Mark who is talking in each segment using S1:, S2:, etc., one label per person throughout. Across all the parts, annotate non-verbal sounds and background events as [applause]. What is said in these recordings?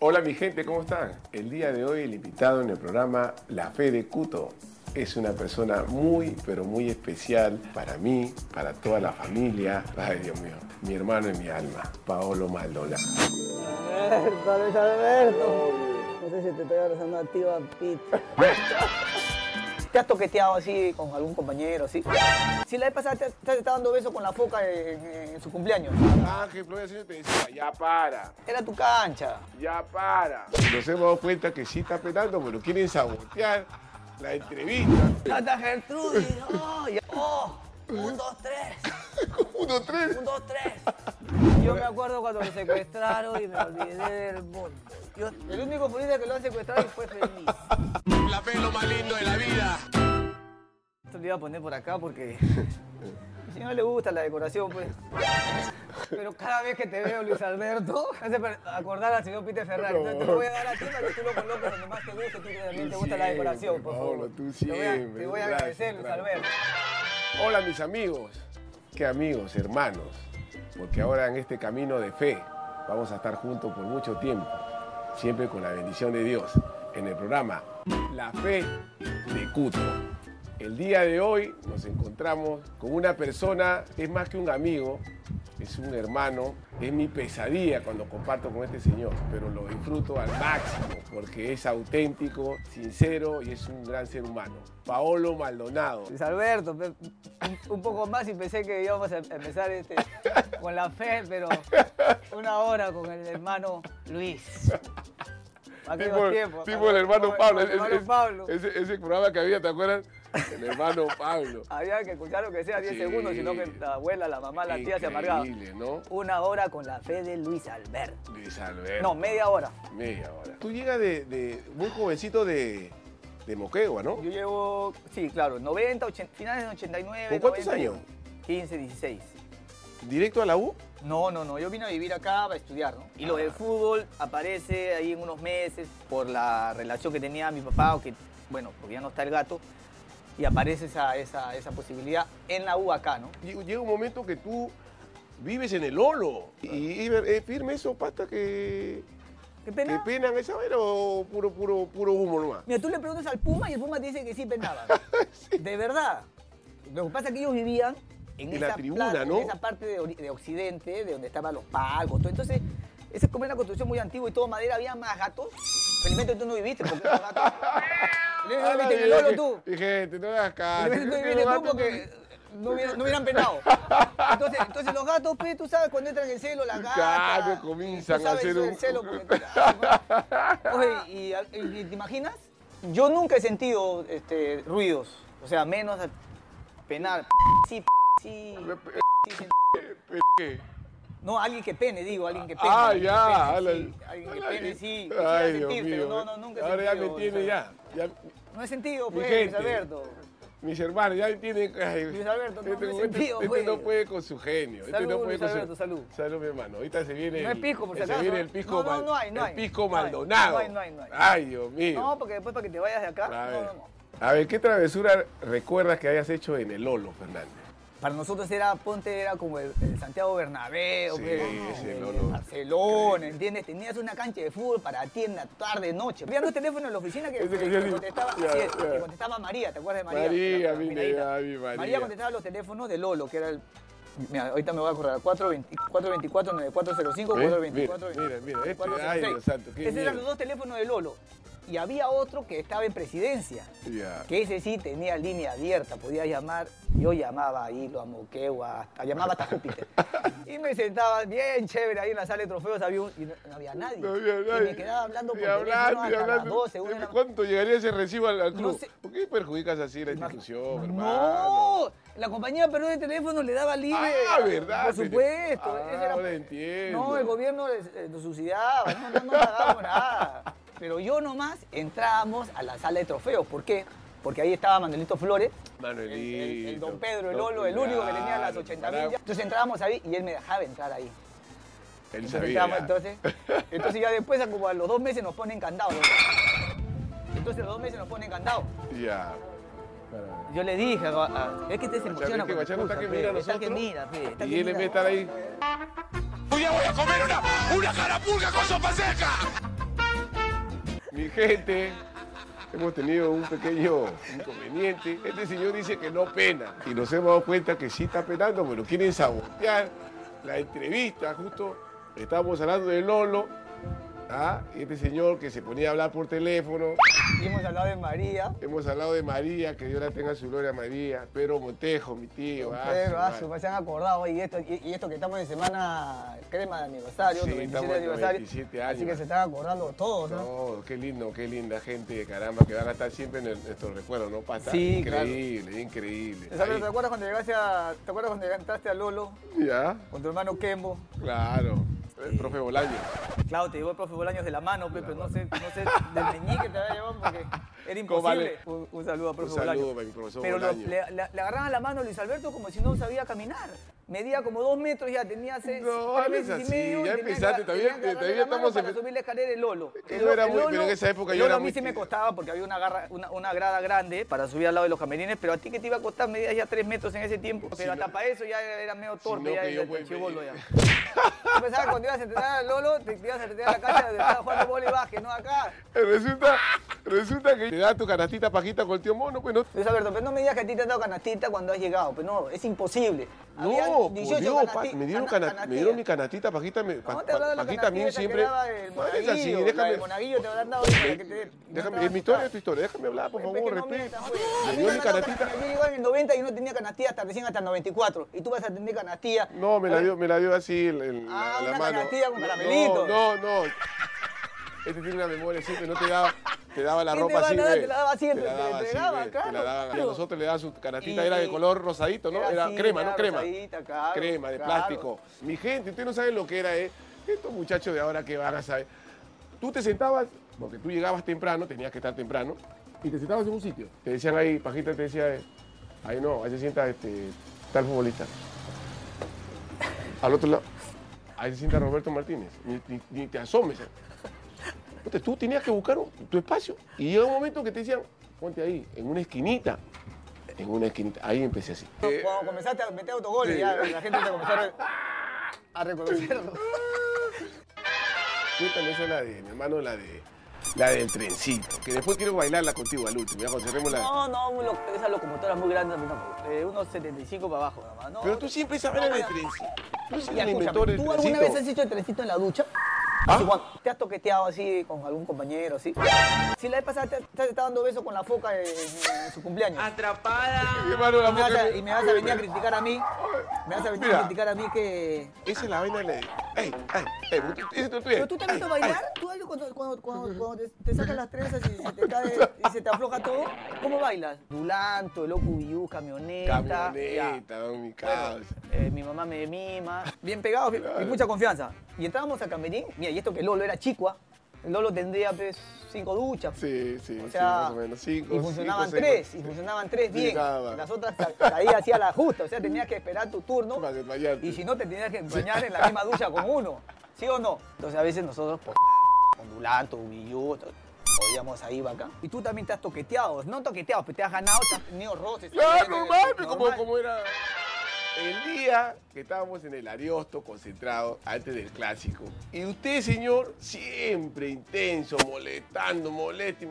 S1: Hola mi gente, ¿cómo están? El día de hoy el invitado en el programa La Fe de Cuto es una persona muy, pero muy especial para mí, para toda la familia. Ay, Dios mío, mi hermano y mi alma, Paolo Maldonado.
S2: Alberto, Luis Alberto. No sé si te estoy abrazando a ti o a Pete. [laughs] ¿Te has toqueteado así con algún compañero, así? Si la vez pasada te, te estaba dando besos con la foca en, en su cumpleaños.
S1: Ángel Flores Asensio te decía, ya para,
S2: Era tu cancha.
S1: ya para. Nos hemos dado cuenta que sí está penando, pero quieren sabotear la entrevista.
S2: Canta Gertrudis. [laughs] Oh, ya. oh, un, dos, tres.
S1: Uno, tres.
S2: [laughs] Un, dos, [laughs] tres. Yo me acuerdo cuando me secuestraron y me olvidé del mundo. Yo- el único futbolista que lo han secuestrado y fue feliz.
S1: La fe lo más lindo de la vida.
S2: Esto lo iba a poner por acá porque. [laughs] Si no le gusta la decoración, pues. Pero cada vez que te veo, Luis Alberto, [laughs] me hace per- acordar al señor Peter Ferrari. Entonces te lo voy a dar a ti para que tú lo coloques donde más te guste, tú que también te gusta la decoración, por favor.
S1: Paolo, tú
S2: Te voy a-
S1: siempre.
S2: Te voy a
S1: Gracias,
S2: agradecer, Luis
S1: gracias.
S2: Alberto.
S1: Hola mis amigos, qué amigos, hermanos, porque ahora en este camino de fe vamos a estar juntos por mucho tiempo, siempre con la bendición de Dios, en el programa La Fe de Cuto. El día de hoy nos encontramos con una persona, es más que un amigo, es un hermano, es mi pesadilla cuando comparto con este señor, pero lo disfruto al máximo porque es auténtico, sincero y es un gran ser humano. Paolo Maldonado.
S2: Luis Alberto, pe- un- un poco más y pensé que íbamos a empezar este, con la fe, pero una hora con el hermano Luis. Aquellos
S1: Tipo,
S2: tiempos,
S1: tipo el hermano
S2: como-
S1: Pablo.
S2: como El
S1: ese-
S2: hermano Pablo.
S1: Ese, ese programa que había, ¿te acuerdas? El
S2: [laughs]
S1: hermano Pablo.
S2: Había que escuchar lo que sea 10
S1: Sí.
S2: segundos, sino que la abuela, la mamá, Ah, la tía se amargaba.
S1: Increíble, ¿no?
S2: Una hora con la fe de Luis Alberto.
S1: Luis Alberto.
S2: No, media hora.
S1: Media hora. Tú llegas de, de muy jovencito de, de Moquegua, ¿no?
S2: Yo llevo, sí, claro, 90, 80, finales de 89.
S1: ¿Con cuántos años?
S2: 15, 16.
S1: Directo a la U.
S2: No, no, no, yo vine a vivir acá para estudiar, ¿no? Y lo del fútbol aparece ahí en unos meses por la relación que tenía mi papá, o que, bueno, porque ya no está el gato, y aparece esa, esa, esa posibilidad en la U acá, ¿no?
S1: Lle- Llega un momento que tú vives en el olo. Y, y es firme eso, pasta, que te
S2: ¿Qué pena?
S1: penan esa vaina o puro, puro, puro humo nomás.
S2: Mira, tú le preguntas al Puma y el Puma te dice que
S1: [laughs]
S2: sí penaba. De verdad. Lo que pasa es que ellos vivían en,
S1: En la
S2: esa
S1: tribuna,
S2: plaza,
S1: ¿no?
S2: en esa parte de, ori- de Occidente, de donde estaban los palcos. todo. Entonces, esa es como una construcción muy antigua y todo madera, había más gatos. Felizmente tú no viviste, porque los
S1: [laughs]
S2: gatos. Felizmente
S1: Ah,
S2: no
S1: la
S2: viviste en
S1: vida
S2: el
S1: que-
S2: Lolo tú.
S1: y gente, Ah, no hagas caso.
S2: Felizmente no
S1: Yo
S2: viviste
S1: tengo
S2: tú
S1: gato,
S2: porque no hubieran, no hubieran penado. Entonces, entonces los gatos, pues, tú sabes, cuando entran en celo, las gatas.
S1: Claro,
S2: tú
S1: comienzan a
S2: sabes
S1: hacer
S2: eso del
S1: un-
S2: celo porque- Oye, y, y- y- ¿te imaginas? Yo nunca he sentido este, ruidos, o sea, menos a penar. Sí, sí. [laughs]
S1: Eh,
S2: sí, sí.
S1: ¿qué?
S2: No, alguien que pene, digo, alguien que pene.
S1: ah,
S2: alguien que
S1: ya.
S2: pene,
S1: ala-
S2: sí, alguien que
S1: ala-
S2: pene, sí. quisiera
S1: Ay, Dios
S2: sentir, pero
S1: mío.
S2: no, no, nunca he
S1: Ahora ya me
S2: sentido, o
S1: entiende
S2: sea,
S1: ya. ya.
S2: No he sentido,
S1: Mi
S2: pues,
S1: gente.
S2: Luis Alberto.
S1: Mis hermanos ya entienden. Ay,
S2: [laughs] Luis Alberto, no,
S1: este,
S2: no he
S1: este-
S2: sentido,
S1: este
S2: pues.
S1: no puede con su genio. este
S2: Salud,
S1: no puede
S2: Luis
S1: con su-
S2: Alberto, salud.
S1: Salud, mi hermano. Ahorita se viene.
S2: No
S1: el-
S2: es pisco, por si
S1: Se
S2: acaso,
S1: viene
S2: ¿no?
S1: el pisco
S2: No, no,
S1: Mal-
S2: no hay, no
S1: El
S2: hay.
S1: pisco
S2: No hay,
S1: Maldonado.
S2: no hay, no hay, no hay.
S1: Ay, Dios mío.
S2: No, porque después para que te vayas de acá.
S1: a,
S2: no,
S1: ver.
S2: no, no.
S1: a ver, ¿qué travesura recuerdas que hayas hecho en el Lolo, Fernández?
S2: Para nosotros era Ponte era como el, el Santiago Bernabéu,
S1: Sí,
S2: pues,
S1: ese
S2: el
S1: Lolo.
S2: Barcelona, ¿entiendes? Tenías una cancha de fútbol para ti en la tarde, noche. Vean los teléfonos en la oficina que,
S1: Ese que
S2: que
S1: hacía así,
S2: contestaba,
S1: ya,
S2: sí, es,
S1: ya.
S2: que contestaba María, ¿te acuerdas de María?
S1: María,
S2: La- la
S1: mi
S2: minadita.
S1: nega, mi María.
S2: María contestaba los teléfonos de Lolo, que era el... Mira, ahorita me voy a acordar, 424-9405, 424
S1: ¿Ves?
S2: 94
S1: ¿Eh? Mira, mira, mira, este,
S2: 406.
S1: ay, Dios santo, qué
S2: Esos
S1: miedo.
S2: eran los dos teléfonos de Lolo. Y había otro que estaba en presidencia
S1: Ya.
S2: que ese sí tenía línea abierta, podía llamar. Yo llamaba a Hilo, a Moquegua, hasta, llamaba hasta Júpiter. Y me sentaba bien chévere ahí en la sala de trofeos, había un- y no, no había nadie.
S1: No había nadie.
S2: Y me quedaba hablando
S1: Y
S2: por teléfono
S1: hablando, y
S2: hasta las
S1: hablando.
S2: 12, una de la
S1: ¿Cuánto llegaría ese recibo al, al
S2: No
S1: club?
S2: sé.
S1: ¿Por qué perjudicas así la institución, hermano?
S2: No, la compañía Perú de Teléfono le daba libre.
S1: Ah, ¿verdad?
S2: Por supuesto.
S1: Ah,
S2: ese era-
S1: ahora entiendo.
S2: No, el gobierno les- eh, nos subsidiaba, no, no, no pagábamos nada. Pero yo nomás entrábamos a la sala de trofeos. ¿Por qué? Porque ahí estaba Manuelito Flores, el,
S1: Manuelito.
S2: el- el Don Pedro, el Lolo, el único que tenía las 80 mil.
S1: Claro,
S2: Entonces entrábamos ahí y él me dejaba entrar ahí.
S1: Él
S2: Entonces,
S1: sabía.
S2: estábamos- entonces, entonces ya después, como a los dos meses, nos ponen candado. Entonces, a los dos meses nos ponen candado.
S1: [laughs] Ya.
S2: Yo le dije, a- a- es que te se
S1: Guachano,
S2: emociona
S1: es que
S2: cuando
S1: Guachano está
S2: escucha,
S1: que
S2: pe,
S1: mira a
S2: Está que
S1: nosotros.
S2: mira, pe, está
S1: Y
S2: que
S1: él en vez
S2: mira.
S1: de estar ahí.
S3: Hoy día voy a comer una, una carapulga con sopa seca.
S1: Mi gente, hemos tenido un pequeño inconveniente. Este señor dice que no pena. Y nos hemos dado cuenta que sí está penando, pero quieren sabotear la entrevista. Justo estábamos hablando de Lolo. ¿ah? Y este señor que se ponía a hablar por teléfono.
S2: Y hemos hablado de María.
S1: Hemos hablado de María, que Dios la tenga su gloria, María. Pedro Montejo, mi tío. ah, su
S2: Pero, ah,
S1: madre.
S2: su- se han acordado, y esto, y, y esto que estamos en semana crema de aniversario,
S1: Sí,
S2: tu 27
S1: estamos en tu
S2: aniversario.
S1: 27
S2: Así que
S1: años.
S2: se están acordando todos, ¿no?
S1: No, Oh, qué lindo, qué linda gente, caramba, que van a estar siempre en el- nuestros recuerdos, ¿no, Pata?
S2: Sí, claro.
S1: increíble, increíble.
S2: ¿Sabes?
S1: Ahí.
S2: ¿Te acuerdas cuando llegaste a. ¿Te acuerdas cuando llegaste a Lolo
S1: Ya,
S2: con tu hermano Kembo?
S1: claro. El profe Bolaño.
S2: Claro, te llevó el profe Bolaños de la mano, pe, pero no sé, no sé del meñique te había llevado porque era
S1: ¿Cómo vale?
S2: imposible. Un, un saludo a profe
S1: saludo
S2: Bolaños.
S1: para mi profesor
S2: pero lo-
S1: Bolaños.
S2: le, la- le agarraban la mano a Luis Alberto como si no sabía caminar. Medía como dos metros ya, tenía seis,
S1: No,
S2: tres
S1: no es
S2: meses y
S1: así,
S2: medio,
S1: ya
S2: y tenía que-
S1: empezaste, todavía-
S2: tenía que agarrarle
S1: todavía
S2: la mano
S1: estamos
S2: para
S1: en-
S2: subir la escalera del Lolo.
S1: que
S2: El
S1: yo era
S2: el
S1: muy- pero en esa época yo
S2: Lolo
S1: era
S2: a mí
S1: muy
S2: sí me
S1: tímido.
S2: costaba porque había una, garra- una, una grada grande para subir al lado de los camerines, pero a ti que te iba a costar medías ya tres metros en ese tiempo, pero hasta para eso ya era, era medio torpe,
S1: no
S2: ya
S1: que yo
S2: era
S1: voy-
S2: chivolo
S1: [laughs]
S2: ya. Yo pensaba que cuando ibas a entrenar a Lolo, te te ibas a entrenar a la cancha donde estaba jugando bola y básquet, no acá.
S1: Eh, Resulta, resulta que te da tu canastita pajita con el tío Mono, pues no.
S2: Luis Alberto, pero no me digas que a ti te ha dado canastita cuando has llegado, pero no, es imposible. Había
S1: No, por
S2: 18
S1: Dios,
S2: canasti-
S1: pa- me dieron,
S2: cana-
S1: cana- me dieron mi canastita pajita, me, pa-
S2: ¿Cómo te habrá
S1: pa-
S2: dado la
S1: pajita a mí
S2: canastita que
S1: siempre.
S2: daba el
S1: No, es así,
S2: monaguillo? La
S1: déjame. Pues,
S2: del monaguillo te habrán dado para que te...
S1: Déjame, es mi historia, es tu historia, déjame hablar, por
S2: Pe, Pues, que
S1: favor,
S2: no
S1: respeto.
S2: mientas, oye. A
S1: Me dio
S2: mí me
S1: mi
S2: han dado
S1: canastita.
S2: canastilla. Yo llegaba en el 90 y yo no tenía canastilla hasta recién hasta el 94. Y tú vas a tener canastilla.
S1: No, me la dio, me la dio así el- el-
S2: Ah,
S1: la, la
S2: una
S1: mano.
S2: canastilla con
S1: No,
S2: caramelito.
S1: No, no, Este tiene una memoria siempre, no te daba, te daba la
S2: ¿Quién te
S1: ropa
S2: va a
S1: así.
S2: dar?
S1: ve.
S2: Te la daba siempre, te- te
S1: así,
S2: daba,
S1: ve, te la
S2: claro,
S1: daban. Y a
S2: claro.
S1: nosotros le daban su canastita,
S2: Y-
S1: era de
S2: y-
S1: color rosadito, ¿no?
S2: era
S1: Era
S2: así,
S1: crema, ¿no?
S2: era
S1: Crema.
S2: rosadita, claro,
S1: crema, de
S2: claro.
S1: plástico. Mi gente, ustedes no saben lo que era, ¿eh? Estos muchachos de ahora que van a saber. Tú te sentabas, porque tú llegabas temprano, tenías que estar temprano, y te sentabas en un sitio. Te decían ahí, Pajita te decía, eh, ahí no, ahí se sienta este, tal futbolista. Al otro lado, ahí se sienta Roberto Martínez. Ni, ni- ni te asomes. Entonces, tú tenías que buscar un- tu espacio. Y llega un momento que te decían, ponte ahí, en una esquinita. En una esquinita. Ahí empecé así.
S2: Cuando comenzaste a meter autogoles,
S1: sí.
S2: ya la gente te comenzaron
S1: [laughs]
S2: a reconocerlo.
S1: Cuéntame esa la de, mi hermano, la de. La del trencito. Que después quiero bailarla contigo al último. Ya cuando cerremos la.
S2: No, no, muy lo- esas locomotoras muy grandes, no, de Eh, unos 75 para abajo, nada más. No,
S1: Pero tú siempre sabes la del trencito. Tú eres
S2: Ya,
S1: el
S2: escúchame,
S1: inventor del
S2: ¿Tú alguna vez has
S1: trencito.
S2: hecho el trencito en la ducha?
S1: ¿Ah?
S2: Así, cuando ¿Te has toqueteado así con algún compañero? así? Si la vez pasada te, te estaba dando besos con la foca en, en su cumpleaños.
S1: Mi
S3: Atrapada.
S1: hermano, la
S2: y, me vas a,
S1: mujer-
S2: y me vas a venir a criticar a mí. Me vas a venir
S1: Mira. Eh,
S2: a criticar a mí que.
S1: Esa es la vaina de la de. ¡Ey, ey, ey! tú- ese tú- tú-
S2: Pero tú te has visto
S1: ey, ey.
S2: bailar, tú algo cuando, cuando, cuando, cuando te, te sacas las trenzas y se te cae y se te afloja todo, ¿cómo bailas? Dulanto, loco Biú, camioneta. ya.
S1: Camioneta, don mi causa.
S2: Eh, mi mamá me mima. [laughs] Bien pegados bien- y mucha confianza. Y entrábamos al camerín, mira, y esto que Lolo era chico, ¿ah? el Lolo tendría pues, cinco duchas.
S1: Sí, sí,
S2: O
S1: sí,
S2: sea,
S1: más o menos. Cinco,
S2: y funcionaban
S1: cinco, seis,
S2: tres, y funcionaban tres
S1: Sí,
S2: bien.
S1: nada más.
S2: Las otras ca- caía hacía la justa, o sea, tenías que esperar tu turno.
S1: Para desmayarte.
S2: Y si no, te tenías que bañar en la misma ducha con uno, ¿sí o no? Entonces a veces nosotros, pues, [laughs] ondulando, billuto, podíamos ahí, acá. Y tú también te has toqueteado, no toqueteado, pero te has ganado, te has tenido roces.
S1: Claro, normal, pero como,
S2: Normal.
S1: como era. El día que estábamos en el Ariosto concentrado antes del clásico. Y usted, señor, siempre intenso, molestando, molesto.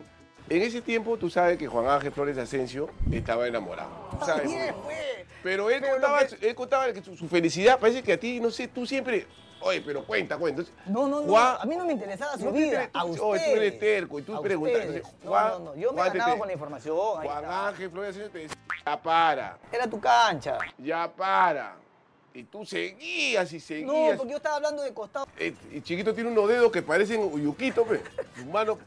S1: En ese tiempo tú sabes que Juan Ángel Flores Asensio estaba enamorado. Tú sabes.
S2: Bien, pues.
S1: eh, Pero él
S2: Pero lo
S1: contaba,
S2: que-
S1: él contaba que su, su felicidad, parece que a ti, no sé, tú siempre. Oye, pero cuenta, cuenta. Entonces,
S2: No, no, no.
S1: Juan-
S2: a mí no me interesaba su
S1: No te
S2: vida.
S1: interesa-
S2: A
S1: Oye,
S2: ustedes.
S1: tú eres terco y tú
S2: A
S1: preguntas,
S2: ustedes.
S1: entonces,
S2: No,
S1: Juan-
S2: no, no. Yo me
S1: Juan te-
S2: ganaba
S1: te-
S2: con la información. ahí
S1: Juan
S2: está.
S1: Ángel Flores Asensio te decía, "Ya para.
S2: Era tu cancha.
S1: ya para. Y tú seguías y seguías.
S2: No, porque yo estaba hablando de costado.
S1: Eh, y chiquito tiene unos dedos que parecen yuquito, pe. Su mano,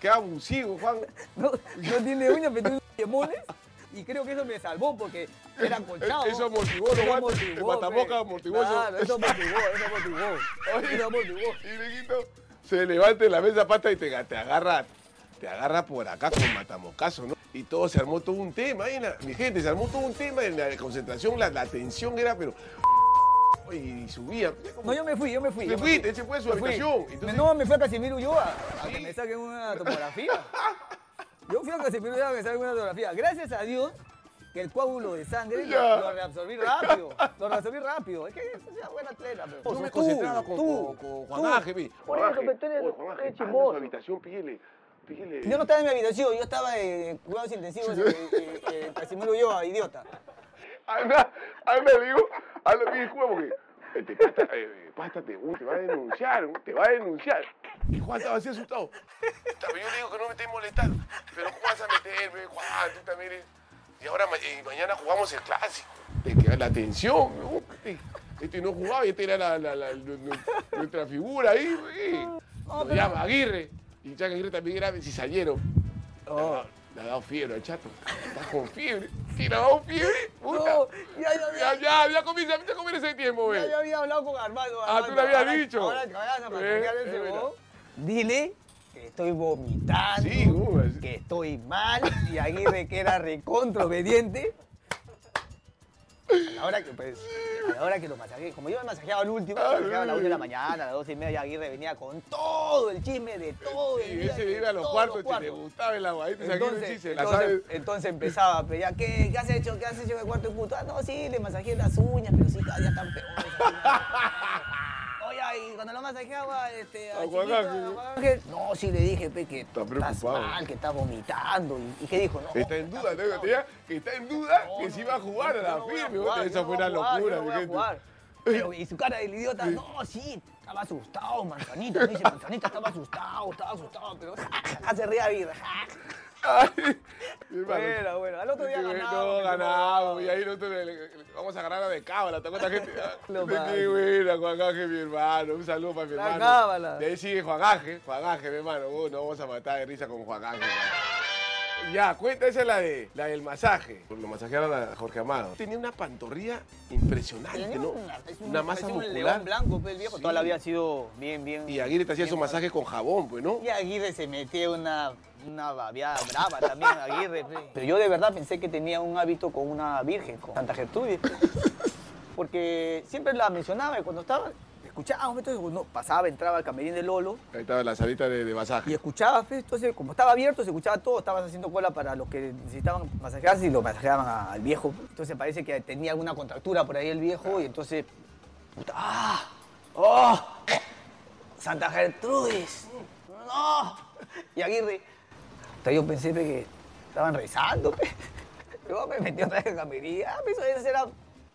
S1: qué abusivo, Juan.
S2: No,
S1: [laughs]
S2: no tiene uñas, pero tiene limones. Y creo que eso me salvó porque era colchado.
S1: Eso amortiguó los guantes, el guataboca
S2: pe.
S1: amortiguó eso.
S2: Claro, eso amortiguó, eso amortiguó.
S1: [laughs] Oye,
S2: Eso amortiguó.
S1: y Leguito se levanta de la mesa pata y te, ga- te agarra, te agarra por acá con matamocazo, ¿no? Y todo se armó todo un tema, ahí en la- mi gente, se armó todo un tema en la concentración, la, la tensión era, pero. Y subía.
S2: No, yo me fui, yo me fui.
S1: Te
S2: yo me
S1: fuiste,
S2: fui.
S1: él se fue a su
S2: Me fui.
S1: habitación, entonces-
S2: No, me fui a Casimiro Ulloa a que
S1: Sí.
S2: me
S1: [laughs]
S2: saquen una topografía. Yo fui a Casimiro Ulloa a que me saquen una topografía. Gracias a Dios que el coágulo de sangre
S1: Ya.
S2: lo reabsorbí rápido. Lo reabsorbí rápido. Es que es una buena atleta. Pero.
S3: Yo me
S2: Tú,
S3: concentraba con,
S2: tú,
S3: con, con
S2: tú.
S3: Juanaje, mi.
S2: Por eso, pero tú eres-
S1: oye, Juanaje,
S2: tú
S1: anda
S2: eres
S1: a
S2: chimoso.
S1: su habitación, pídele, pídele.
S2: Yo no estaba en mi habitación, yo estaba en cuidados intensivos en, en, en Casimiro Ulloa,
S1: [laughs]
S2: idiota.
S1: Anda, anda, le digo, anda, pide Cuba porque este pasta, eh, pasta te, uy, te va a denunciar, te va a denunciar. Y Juan estaba así asustado. Está bien, Yo le digo que no me estés molestando, pero ¿cómo vas a meterme? Juan, tú también eres... Y ahora ma- y mañana jugamos el clásico. Te queda la tensión, ¿no? Este, este no jugaba y este era la, la- la- nu- nu- nuestra figura ahí. güey. Lo llama Aguirre. Y Chaca Aguirre también era cisallero. Le ha dado fiebre al chato. Está con fiebre. Si le ha dado fiebre, puta.
S2: No, ya, ya,
S1: Ya,
S2: ya.
S1: ya, ya comí, ya, ya comí ese tiempo,
S2: Ya
S1: güey.
S2: yo había hablado con Armando.
S1: Ah, tú
S2: Armando.
S1: le habías
S2: Ahora-
S1: dicho.
S2: Ahora te vas a
S1: Eh,
S2: matar
S1: eh,
S2: el
S1: mira.
S2: cebón. Dile que estoy vomitando,
S1: Sí, uh, güey.
S2: que estoy mal y Aguirre que era recontra obediente. A la hora que, pues, a la hora que lo masajeé, como yo me masajeaba al último, me masajeaba a las 8 de la mañana, a las 12 y media, y Aguirre venía con todo el chisme de todo el
S1: Y
S2: día,
S1: ese
S2: de
S1: iba a los
S2: todos
S1: cuartos, si le gustaba el agua. Entonces, aquí no
S2: entonces,
S1: existe, la
S2: entonces-
S1: sabe.
S2: entonces empezaba, pero ya, ¿qué, ¿qué has hecho? ¿Qué has hecho en el cuarto de puto? Ah, no, sí, le masajeé las uñas, pero sí, ya están peores.
S1: [laughs]
S2: Oye, y cuando lo masajeaba, este, a
S1: A
S2: Chiquito,
S1: Juan Ángel.
S2: a Juan Ángel, No, sí, le dije, pe, que
S1: Está
S2: estás
S1: preocupado.
S2: mal, que estás vomitando. ¿Y, y qué dijo? No,
S1: Está en duda, tengo que decir que está en duda que si iba a jugar a
S2: yo
S1: la
S2: no voy
S1: firme.
S2: jugar,
S1: güey.
S2: yo
S1: Esa
S2: no
S1: fue
S2: voy a
S1: una
S2: jugar, yo
S1: locura,
S2: no
S1: mi
S2: voy a
S1: gente.
S2: jugar. Pero, y su cara del idiota, no, sí, estaba asustado, manzanita. Me dice, manzanita, estaba asustado, estaba asustado, pero [laughs] ja, ja, ja, se ría vida. ja.
S1: [laughs] Ay, mi hermano.
S2: Bueno, bueno, al otro día
S1: Este,
S2: ganamos.
S1: No,
S2: mi
S1: ganamos.
S2: hermano.
S1: Y ahí nosotros le- le- le- vamos a ganar a de cábala. ¿Te acuerdas,
S2: [laughs]
S1: gente? Ah,
S2: Lo
S1: Qué
S2: más.
S1: buena, Juan Ángel, mi hermano. Un saludo para mi
S2: La
S1: hermano.
S2: cábala.
S1: De ahí sigue Juan Ángel. Juan Ángel, mi hermano. Uh, nos vamos a matar de risa con Juan Ángel. hermano. Ya, cuenta, esa es la, de, la del masaje. Lo masajearon a Jorge Amado. Tenía una pantorrilla impresionante,
S2: Tenía
S1: ¿no?
S2: una, es un-
S1: Una masa
S2: es un
S1: muscular.
S2: león blanco, pues, el viejo.
S1: Sí.
S2: Toda la vida ha sido bien, bien.
S1: Y Aguirre te hacía su masaje con jabón, pues, ¿no?
S2: Y Aguirre se metió una, una babiada brava también,
S1: [laughs]
S2: Aguirre. pues. Pero yo de verdad pensé que tenía un hábito con una virgen, con
S1: [laughs]
S2: Santa Gertrudis. pues. Porque siempre la mencionaba y cuando estaba, escuchaba, pues, entonces uno pasaba, entraba al camerín de Lolo
S1: Ahí estaba la salita de, de masaje.
S2: y escuchaba, pues, entonces como estaba abierto, se escuchaba todo, estabas haciendo cola para los que necesitaban masajearse y lo masajeaban al viejo. Entonces parece que tenía alguna contractura por ahí el viejo y entonces... puta, ¡Ah! ¡Oh! ¡Santa Gertrudis! ¡No! Y Aguirre... Hasta yo pensé pe, que estaban rezando. pe. [laughs] Luego me metí otra vez en la camería. Ah, pensé que era...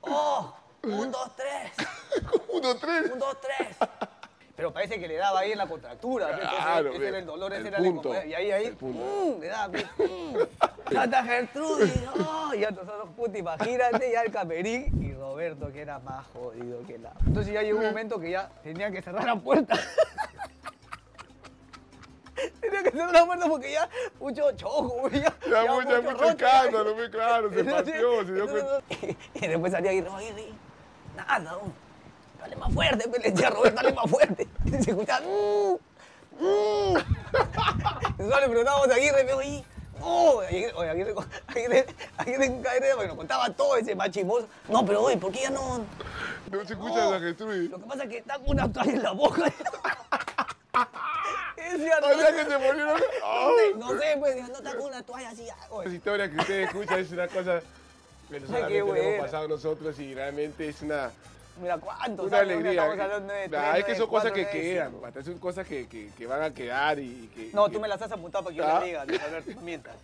S2: ¡Oh! ¡Un,
S1: [laughs]
S2: dos, tres!
S1: Uno, tres.
S2: Un, dos, tres. Pero parece que le daba ahí en la contractura. ¿ves? Ese-
S1: Claro,
S2: ese,
S1: ve.
S2: era el dolor, ese
S1: El
S2: era el
S1: punto.
S2: Y ahí, ahí.
S1: El punto.
S2: mm, le daba. ¿ves?
S1: [laughs]
S2: Mm. Santa Gertrudis. oh, ya nosotros, puta, imagínate ya el camerín y Roberto, que era más jodido que la. Entonces ya llegó un momento que ya tenía que cerrar la puerta. [laughs] Tenía que cerrar la puerta porque ya mucho chojo, güey, ya,
S1: Ya, mucha-
S2: mucho
S1: mucho
S2: roche, ya.
S1: escándalo, muy claro, [laughs]
S2: [laughs]
S1: se
S2: Entonces,
S1: partió, se dio
S2: entonces,
S1: cuenta.
S2: [laughs] y después salía Aguirre, Aguirre, nada, un, dale más fuerte, pues, le decía a Roberto, dale más fuerte. [laughs] Y se escuchaba, mmm, mmm. [laughs] Nosotros le preguntábamos a Aguirre, me oí, no, Aguirre, oye, Aguirre, Aguirre, Aguirre, Aguirre, bueno, contaba todo ese machimoso. No, pero oye, ¿por qué ya no? Oh.
S1: No se escucha
S2: No.
S1: la Gertrudis.
S2: Lo que pasa es que está con una toalla en la boca. [laughs] Decía,
S1: O sea que se volvieron.
S2: no
S1: ¡Oh!
S2: sé, no sé, pues, no está con una toalla así. ah, oye.
S1: Las historias que ustedes escuchan es una cosa que
S2: qué
S1: solamente hemos
S2: buena.
S1: pasado nosotros y realmente es una,
S2: Mira cuántos
S1: una
S2: años,
S1: alegría.
S2: Estamos hablando de
S1: Nah,
S2: tres,
S1: es que son
S2: nueve,
S1: cosas
S2: cuatro,
S1: que
S2: nueve,
S1: quedan,
S2: cinco.
S1: Pata, son cosas que, que- que van a quedar y, y que.
S2: No,
S1: que-
S2: tú me las has apuntado para que yo
S1: Ah.
S2: las diga, Luis Alberto, no mientas.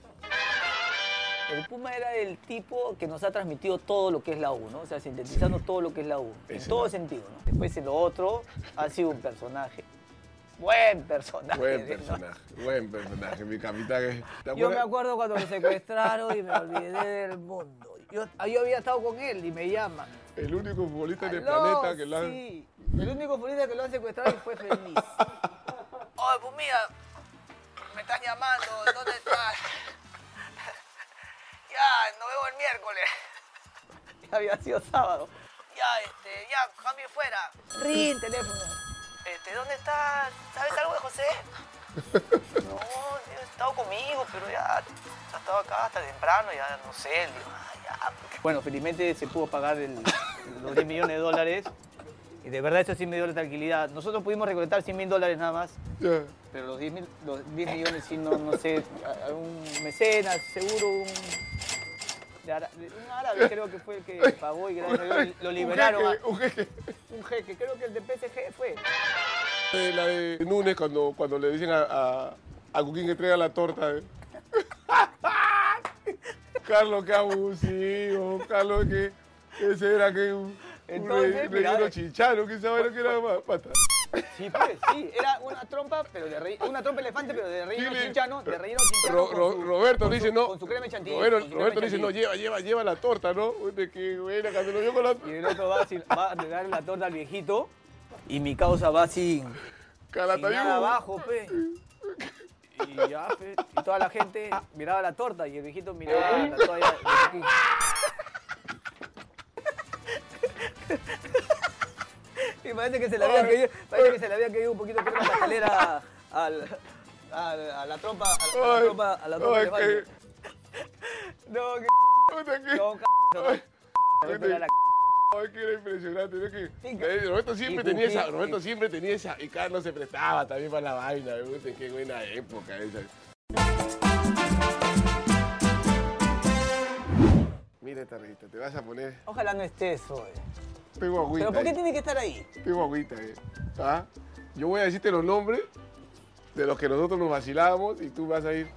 S2: El Puma era el tipo que nos ha transmitido todo lo que es la U, ¿no? O sea, sintetizando todo lo que es la U,
S1: Ese
S2: en todo
S1: man.
S2: sentido, ¿no? Después en lo otro, ha sido un personaje. Buen personaje.
S1: Buen
S2: ¿no?
S1: personaje, buen personaje, mi capitán. ¿Te
S2: ¿eh? Yo me
S1: acuerdas?
S2: acuerdo cuando lo secuestraron y me olvidé del mundo. Yo, yo había estado con él y me llaman.
S1: El único futbolista en el
S2: Aló,
S1: planeta que lo han.
S2: Sí, el único futbolista que lo han secuestrado y fue feliz. Oye, pues mira, me estás llamando, ¿dónde estás? [laughs] ya, nos vemos el miércoles. ya había sido sábado. Ya, este, ya, cambio fuera. Rin, teléfono. Este, ¿dónde estás? ¿Sabes algo de [laughs] José? no, he estado conmigo, pero ya, ya estaba acá hasta temprano, ya no sé. le digo, "Ah, ya". [laughs] Bueno, felizmente se pudo pagar el- los 10 millones de dólares. Y de verdad eso sí me dio la tranquilidad. Nosotros pudimos recolectar 100 mil dólares nada más.
S1: [laughs] Ya.
S2: Pero los 10, mil- los 10 millones sí, no, no sé, a- algún mecenas, seguro un, de Ara- de- un árabe creo que fue el que pagó y gracias a Dios lo liberaron. ah.
S1: Un
S2: a-
S1: jeque, un jeque.
S2: Un jeque, creo que el de PSG fue.
S1: Eh, La de Nunes cuando, cuando le dicen a, a, a Cuquín que traiga la torta. eh. [laughs] Carlos, qué abusivo. Carlos, que ese era que un, un
S2: Entonces,
S1: re-
S2: mira,
S1: relleno
S2: eh.
S1: chicharo, que sabe lo que era más pata.
S2: Sí, pues, sí, era una trompa, pero de relleno, una trompa elefante, pero de relleno
S1: Dile-
S2: chinchano, de relleno chinchano.
S1: Ro-
S2: con
S1: Ro-
S2: su-
S1: Roberto
S2: con
S1: dice
S2: su-
S1: no.
S2: Con su crema chantilly.
S1: Roberto,
S2: con su crema
S1: Roberto dice no,
S2: chantilly.
S1: lleva, lleva, lleva la torta, ¿no? Uy, de que buena, cuando lo vio con la
S2: Y el otro va, sin- va a darle la torta al viejito y mi causa va sin, sin
S1: calatayú.
S2: nada abajo, pe. Y ya, pe. Y toda la gente miraba la torta y el viejito miraba la toalla de Cuquín. Y parece que se le había caído, parece que se le había caído un poquito de crema pastelera al, al- a la trompa, a la, a la
S1: Ay,
S2: trompa, a la trompa
S1: ay,
S2: elefante. No, que
S1: Puta, que-
S2: no, c******,
S1: ay,
S2: no, no, no, la c******.
S1: Ay, que era impresionante, ¿no? Que,
S2: Sí,
S1: eh, Roberto siempre
S2: y
S1: tenía esa,
S2: Cuquín,
S1: Roberto
S2: y-
S1: siempre tenía esa, y Carlos se prestaba también para la vaina, me gusta, qué buena época esa. Mira esta revista, te vas a poner,
S2: Ojalá no estés hoy.
S1: tengo agüita,
S2: Pero ¿por qué
S1: eh,
S2: tiene que estar ahí?
S1: tengo agüita, eh. ¿Ah? Yo voy a decirte los nombres de los que nosotros nos vacilábamos y tú vas a ir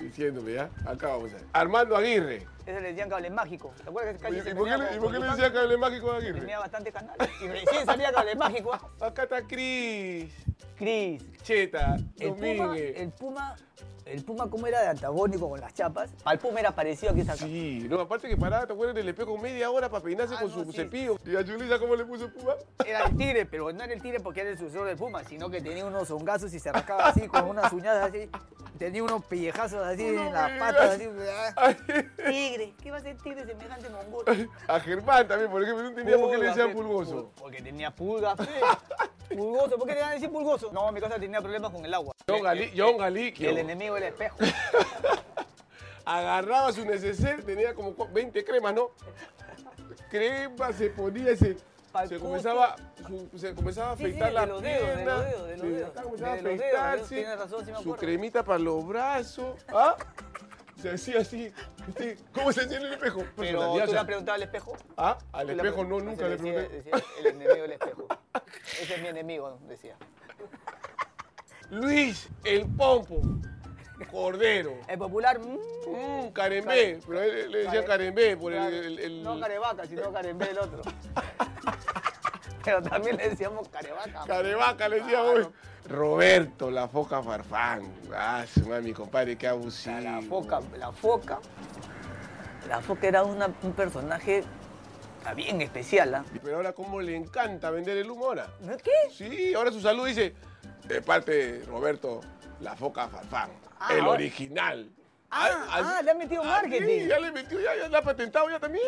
S1: diciéndome, ¿ya? Acá vamos a ver. Armando Aguirre.
S2: Ese le decían cable mágico. ¿Te acuerdas que ese
S1: ¿Y,
S2: calle
S1: y
S2: se
S1: por qué,
S2: tenía
S1: le-
S2: con-
S1: y por qué
S2: con
S1: le
S2: Luján?
S1: decía cable mágico a Aguirre?
S2: Tenía bastantes canales. Y recién salía cable mágico. ¿ah?
S1: Acá está Cris,
S2: Cris.
S1: Cheta,
S2: El Puma,
S1: Domínguez.
S2: el Puma, el Puma como era de antagónico con las chapas, al Puma era parecido a que sacaba.
S1: Sí, no, aparte que paraba, te acuerdas del espejo media hora para peinarse
S2: Ah,
S1: con
S2: no,
S1: su
S2: sí.
S1: cepillo. ¿Y a Julisa cómo le puso puma?
S2: Era el tigre, pero no era el tigre porque era el sucesor del Puma, sino que tenía unos hongazos y se rascaba así con unas uñadas así. Tenía unos pellejazos así en las patas. Así, ah. tigre, ¿qué va a ser tigre semejante mongol?
S1: [laughs] A Germán también, por ejemplo, no entendía por qué le
S2: Pulgas,
S1: decían
S2: pe.
S1: pulgoso.
S2: Porque tenía pulgas, [laughs] fe. Pulgoso, ¿por qué le iban a decir pulgoso? No, mi casa tenía problemas con el agua.
S1: John, Gali- John Galiquio
S2: Eh, El enemigo era el espejo.
S1: agarraba su neceser, tenía como cu- 20 cremas, ¿no? Crema, se ponía ese...
S2: Pa'l
S1: Se
S2: culo.
S1: comenzaba, su- se comenzaba a
S2: Sí, sí,
S1: afeitar
S2: de
S1: la
S2: los dedos, de los
S1: pierna,
S2: dedos, de los
S1: se-
S2: dedos.
S1: comenzaba
S2: De los dedos,
S1: a
S2: de los-
S1: afeitarse,
S2: tienes razón, sí me
S1: su
S2: acuerdo.
S1: cremita para los brazos, ¿ah? Se hacía así, este, ¿cómo se hacía en el espejo?
S2: Pero
S1: Personalidad,
S2: tú
S1: o
S2: le
S1: sea,
S2: has preguntado al espejo.
S1: Ah, al
S2: Tú le
S1: espejo
S2: has
S1: no,
S2: preguntado-
S1: nunca le
S2: decía- eh.
S1: pregunté.
S2: decía, el enemigo
S1: [laughs]
S2: del espejo. Ese es mi enemigo, decía.
S1: Luis, el
S2: [laughs]
S1: pompo, Cordero,
S2: El popular. mm,
S1: mm, Carembé, pero él le decía
S2: Care-
S1: Carembé por el...
S2: claro,
S1: el- el-
S2: No carevaca, sino carembé
S1: [laughs]
S2: el otro. Pero también le decíamos carevaca.
S1: Carevaca le decía hoy. Roberto, la foca farfán. Ah, su mami, compadre, qué abusivo.
S2: La foca, la foca. La foca era una- un personaje ah, bien especial, ¿ah?
S1: Pero ahora cómo le encanta vender el humo ahora.
S2: ¿No es ¿Qué?
S1: Sí, ahora su salud dice, de parte de Roberto, la foca farfán,
S2: Ah,
S1: el
S2: ahora-
S1: original.
S2: Ah, ah, le ha metido
S1: ah,
S2: marketing.
S1: sí, ya le metió, ya, ya la ha patentado ya también.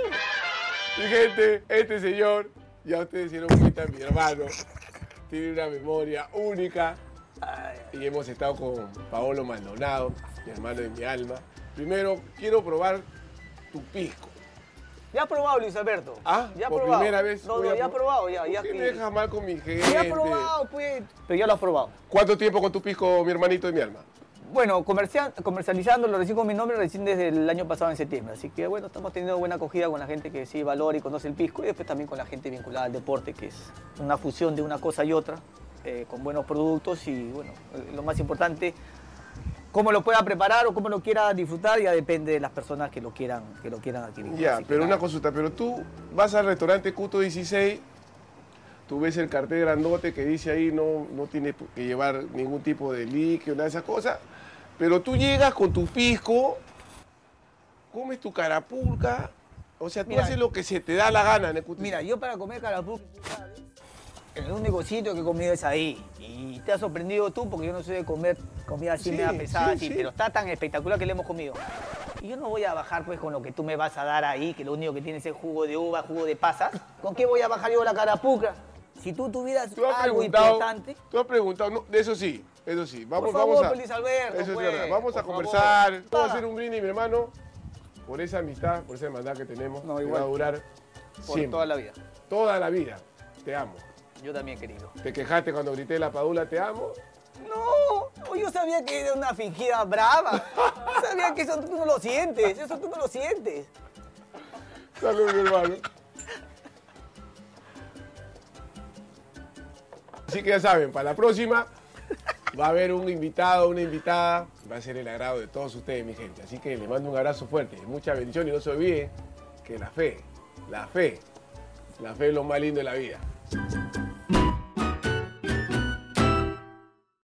S1: Y gente, este señor, ya ustedes se dieron cuenta, mi hermano, tiene una memoria única.
S2: Ay,
S1: Y hemos estado con Paolo Maldonado, mi hermano de mi alma. Primero, quiero probar tu pisco.
S2: Ya ha probado Luis Alberto.
S1: Ah,
S2: ya ha
S1: por
S2: probado.
S1: primera vez.
S2: No,
S1: voy
S2: no,
S1: a
S2: ya ha
S1: probar.
S2: probado, ya, ya.
S1: ¿Por qué me dejas mal con mi gente?
S2: Ya ha probado, pues. Pero ya lo has probado.
S1: ¿Cuánto tiempo con tu pisco, mi hermanito de mi alma?
S2: Bueno, comercial, comercializándolo recién con mi nombre recién desde el año pasado en septiembre. Así que bueno, estamos teniendo buena acogida con la gente que sí valora y conoce el pisco y después también con la gente vinculada al deporte, que es una fusión de una cosa y otra, eh, con buenos productos y bueno, eh, lo más importante, cómo lo pueda preparar o cómo lo quiera disfrutar ya depende de las personas que lo quieran, que lo quieran adquirir.
S1: Ya,
S2: Así que
S1: pero
S2: nada.
S1: una consulta, pero tú vas al restaurante Cuto 16, tú ves el cartel grandote que dice ahí no, no tiene que llevar ningún tipo de líquido, nada de esas cosas, pero tú llegas con tu pisco, comes tu carapulca, o sea, tú
S2: Mira,
S1: haces lo que se te da la gana en el Cuto
S2: Mira, yo para comer carapú, el único sitio que he comido es ahí. Y te has sorprendido tú, porque yo no soy de comer comida así
S1: Sí,
S2: media pesada,
S1: sí,
S2: así,
S1: sí.
S2: pero está tan espectacular que le hemos comido. Y yo no voy a bajar pues con lo que tú me vas a dar ahí, que lo único que tienes es jugo de uva, jugo de pasas. ¿Con qué voy a bajar yo la carapuca? Si tú tuvieras
S1: Tú has
S2: algo
S1: preguntado,
S2: importante,
S1: tú has preguntado, no, eso sí, eso sí, vamos,
S2: Por favor,
S1: vamos a,
S2: Luis Alberto,
S1: eso es
S2: pues,
S1: verdad, vamos a
S2: por
S1: conversar,
S2: favor.
S1: vamos a hacer un brindis, mi hermano, por esa amistad, por esa hermandad que tenemos,
S2: No,
S1: que
S2: igual.
S1: va a durar
S2: por
S1: siempre.
S2: toda la vida.
S1: Toda la vida. Te amo.
S2: Yo también, querido.
S1: Te quejaste cuando grité la padula, te amo.
S2: No, Oh, yo sabía que era una fingida brava. Sabía que eso tú no lo sientes, eso tú no lo sientes.
S1: Salud, mi hermano. Así que ya saben, para la próxima va a haber un invitado, una invitada. Va a ser el agrado de todos ustedes, mi gente. Así que les mando un abrazo fuerte, mucha bendición y no se olviden que la fe, la fe, la fe es lo más lindo de la vida.